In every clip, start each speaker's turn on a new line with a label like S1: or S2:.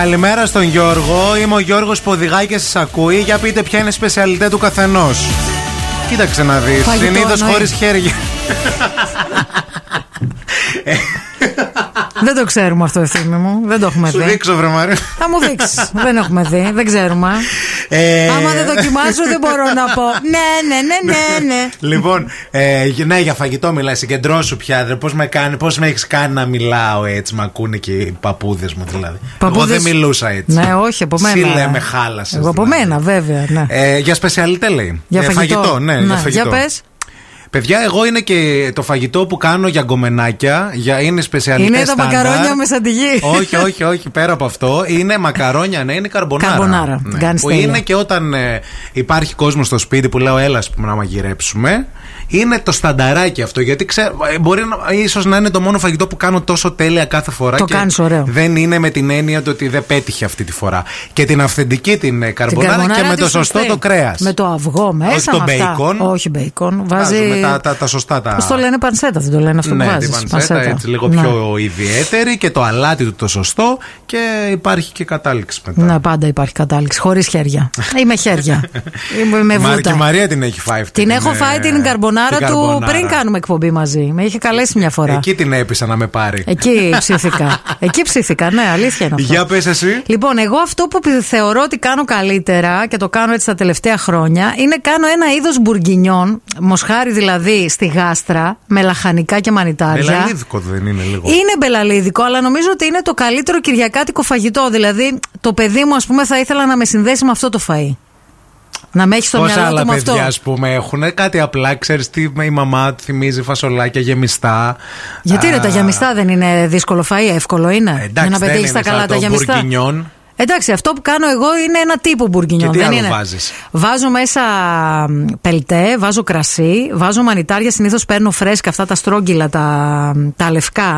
S1: Καλημέρα στον Γιώργο. Είμαι ο Γιώργος που οδηγάει και σας ακούει. Για πείτε ποια είναι η σπεσιαλιτέ του καθενός. Κοίταξε να δεις.
S2: Φαγητό, ναι.
S1: Συνήθω
S2: εννοεί.
S1: χωρίς χέρια.
S2: Δεν το ξέρουμε αυτό, ευθύνη μου. Δεν το έχουμε
S1: Σου
S2: δει.
S1: δείξω, βρε Μαρία.
S2: Θα μου δείξεις. δεν έχουμε δει. Δεν ξέρουμε.
S1: Ε,
S2: Άμα δεν δοκιμάσω, δεν μπορώ να πω. Ναι, ναι, ναι, ναι, ναι.
S1: Λοιπόν, ε, γε- ναι, για φαγητό μιλάει. Συγκεντρώσου πια. Ρε, πώς με, κάνει, πώς με έχεις κάνει να μιλάω έτσι. Μ' ακούνε και οι παππούδες μου δηλαδή.
S2: Παππούδες-
S1: Εγώ δεν μιλούσα έτσι.
S2: Ναι, όχι, από μένα.
S1: Σύλλε, με χάλασες,
S2: Εγώ από
S1: δηλαδή.
S2: μένα, βέβαια. Ναι.
S1: Ε, για σπεσιαλιτέ λέει.
S2: για
S1: Ε,
S2: φαγητό.
S1: ναι, για φαγητό.
S2: πες.
S1: Παιδιά, εγώ είναι και το φαγητό που κάνω για γκομενάκια. Για είναι σπεσιαλιτέ.
S2: Είναι τα μακαρόνια με σαντιγί.
S1: Ε, όχι, όχι, όχι. Πέρα από αυτό, είναι μακαρόνια, ναι, είναι καρμπονάρα.
S2: Καρμπονάρα, την
S1: Ναι.
S2: κάνεις
S1: Που
S2: τέλεια.
S1: είναι και όταν ε, υπάρχει κόσμος στο σπίτι που λέω, έλα ας πούμε, να μαγειρέψουμε. Είναι το στανταράκι αυτό. Γιατί ξέρω, ε, μπορεί να, ίσως να είναι το μόνο φαγητό που κάνω τόσο τέλεια κάθε φορά.
S2: Το
S1: και
S2: κάνεις ωραίο.
S1: Δεν είναι με την έννοια του ότι δεν πέτυχε αυτή τη φορά. Και την αυθεντική την ε,
S2: Την
S1: καρμπονάρα,
S2: καρμπονάρα
S1: και με
S2: τη
S1: το σωστό
S2: σωστή.
S1: το κρέας.
S2: Με το αυγό μέσα.
S1: Όχι το
S2: με αυτά.
S1: μπέικον.
S2: Όχι μπέικον. Βάζει.
S1: Βάζουμε τα, τα, τα σωστά τα.
S2: Πώς το λένε πανσέτα, δεν το λένε αυτό
S1: ναι,
S2: που Ναι.
S1: την
S2: βάζει.
S1: πανσέτα, έτσι λίγο πιο ιδιαίτερη και το αλάτι του το σωστό και υπάρχει και κατάληξη μετά.
S2: Ναι, πάντα υπάρχει κατάληξη. Χωρίς χέρια. Είμαι χέρια. Είμαι με
S1: Μάρ- και η
S2: βούτα.
S1: Μαρία την έχει φάει αυτή.
S2: Την έχω
S1: ε,
S2: φάει την καρμπονάρα
S1: την
S2: του
S1: καρμπονάρα.
S2: πριν κάνουμε εκπομπή μαζί. Με είχε καλέσει μια φορά.
S1: Εκεί την έπεισα να με πάρει.
S2: Εκεί ψήθηκα. Εκεί ψήθηκα, ναι, αλήθεια είναι αυτό.
S1: Για πες εσύ.
S2: Λοιπόν, εγώ αυτό που πι- θεωρώ ότι κάνω καλύτερα και το κάνω έτσι τα τελευταία χρόνια είναι κάνω ένα είδος μπουργκινιών, μοσχάρι δηλαδή στη γάστρα, με λαχανικά και μανιτάρια.
S1: Ελαλίδικο δεν είναι λίγο.
S2: Είναι μπελαλίδικο, αλλά νομίζω ότι είναι το καλύτερο κυριακάτικο φαγητό. Δηλαδή, το παιδί μου, ας πούμε, θα ήθελα να με συνδέσει με αυτό το φαΐ. Να με έχεις στο
S1: Πόσα
S2: μυαλό
S1: άλλα
S2: του με
S1: παιδιά,
S2: αυτό.
S1: ας πούμε, έχουν κάτι απλά. Ξέρεις τι η μαμά θυμίζει φασολάκια γεμιστά.
S2: Γιατί ρε,
S1: Α, Ε,
S2: τα γεμιστά δεν είναι δύσκολο φαΐ, εύκολο είναι.
S1: Εντάξει,
S2: Για να
S1: δεν
S2: πετύχεις τα
S1: είναι
S2: καλά
S1: σαν
S2: τα
S1: το
S2: γεμιστά.
S1: μπουργκινιόν.
S2: Εντάξει, αυτό που κάνω εγώ είναι ένα τύπο μπουργκινιόν.
S1: Και τι
S2: δεν
S1: άλλο
S2: είναι.
S1: βάζεις?
S2: Βάζω μέσα μ, πελτέ, βάζω κρασί, βάζω μανιτάρια. Συνήθως παίρνω φρέσκα αυτά τα στρόγγυλα, τα, τα λευκά.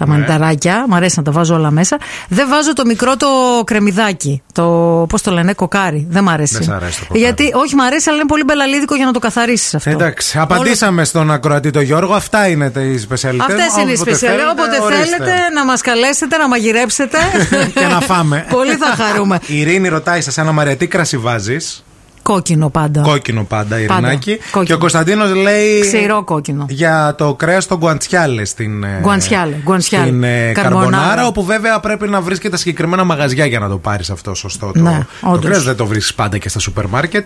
S1: Ναι.
S2: Τα μανιταράκια, μου αρέσει να τα βάζω όλα μέσα. Δεν βάζω το μικρό το κρεμμυδάκι. Το, πώς το λένε, κοκάρι. Δεν μ' αρέσει.
S1: Δεν σ' αρέσει το κοκάρι.
S2: Γιατί, όχι, μ' αρέσει, αλλά είναι πολύ μπελαλίδικο για να το καθαρίσεις αυτό.
S1: Εντάξει,
S2: Όλο-
S1: απαντήσαμε στον ακροατή το Γιώργο. Αυτά είναι τα- οι σπεσιαλιτέ.
S2: Αυτέ είναι οι σπεσιαλέ. Όποτε θέλετε να μας καλέσετε, να μαγειρέψετε.
S1: Και να φάμε.
S2: Πολύ θα χαρούμε.
S1: Η Ειρήνη ρωτάει σε ένα Μαρία, τι κρασι βάζεις?
S2: Κόκκινο πάντα.
S1: Κόκκινο πάντα,
S2: Πάντα.
S1: Ειρηνάκη.
S2: Κόκκινο.
S1: Και ο Κωνσταντίνος λέει.
S2: Ξηρό κόκκινο.
S1: Για το κρέας των Γκουαντσιάλε στην. ε,
S2: Γκουαντσιάλε, Γκουαντσιάλε.
S1: Στην ε,
S2: Καρμπονάρα.
S1: Καρμπονάρα, όπου βέβαια πρέπει να βρεις και τα συγκεκριμένα μαγαζιά για να το πάρεις αυτό σωστό. Το,
S2: Ναι,
S1: το
S2: όντως.
S1: κρέας δεν το βρίσκεις πάντα και στα σούπερ μάρκετ.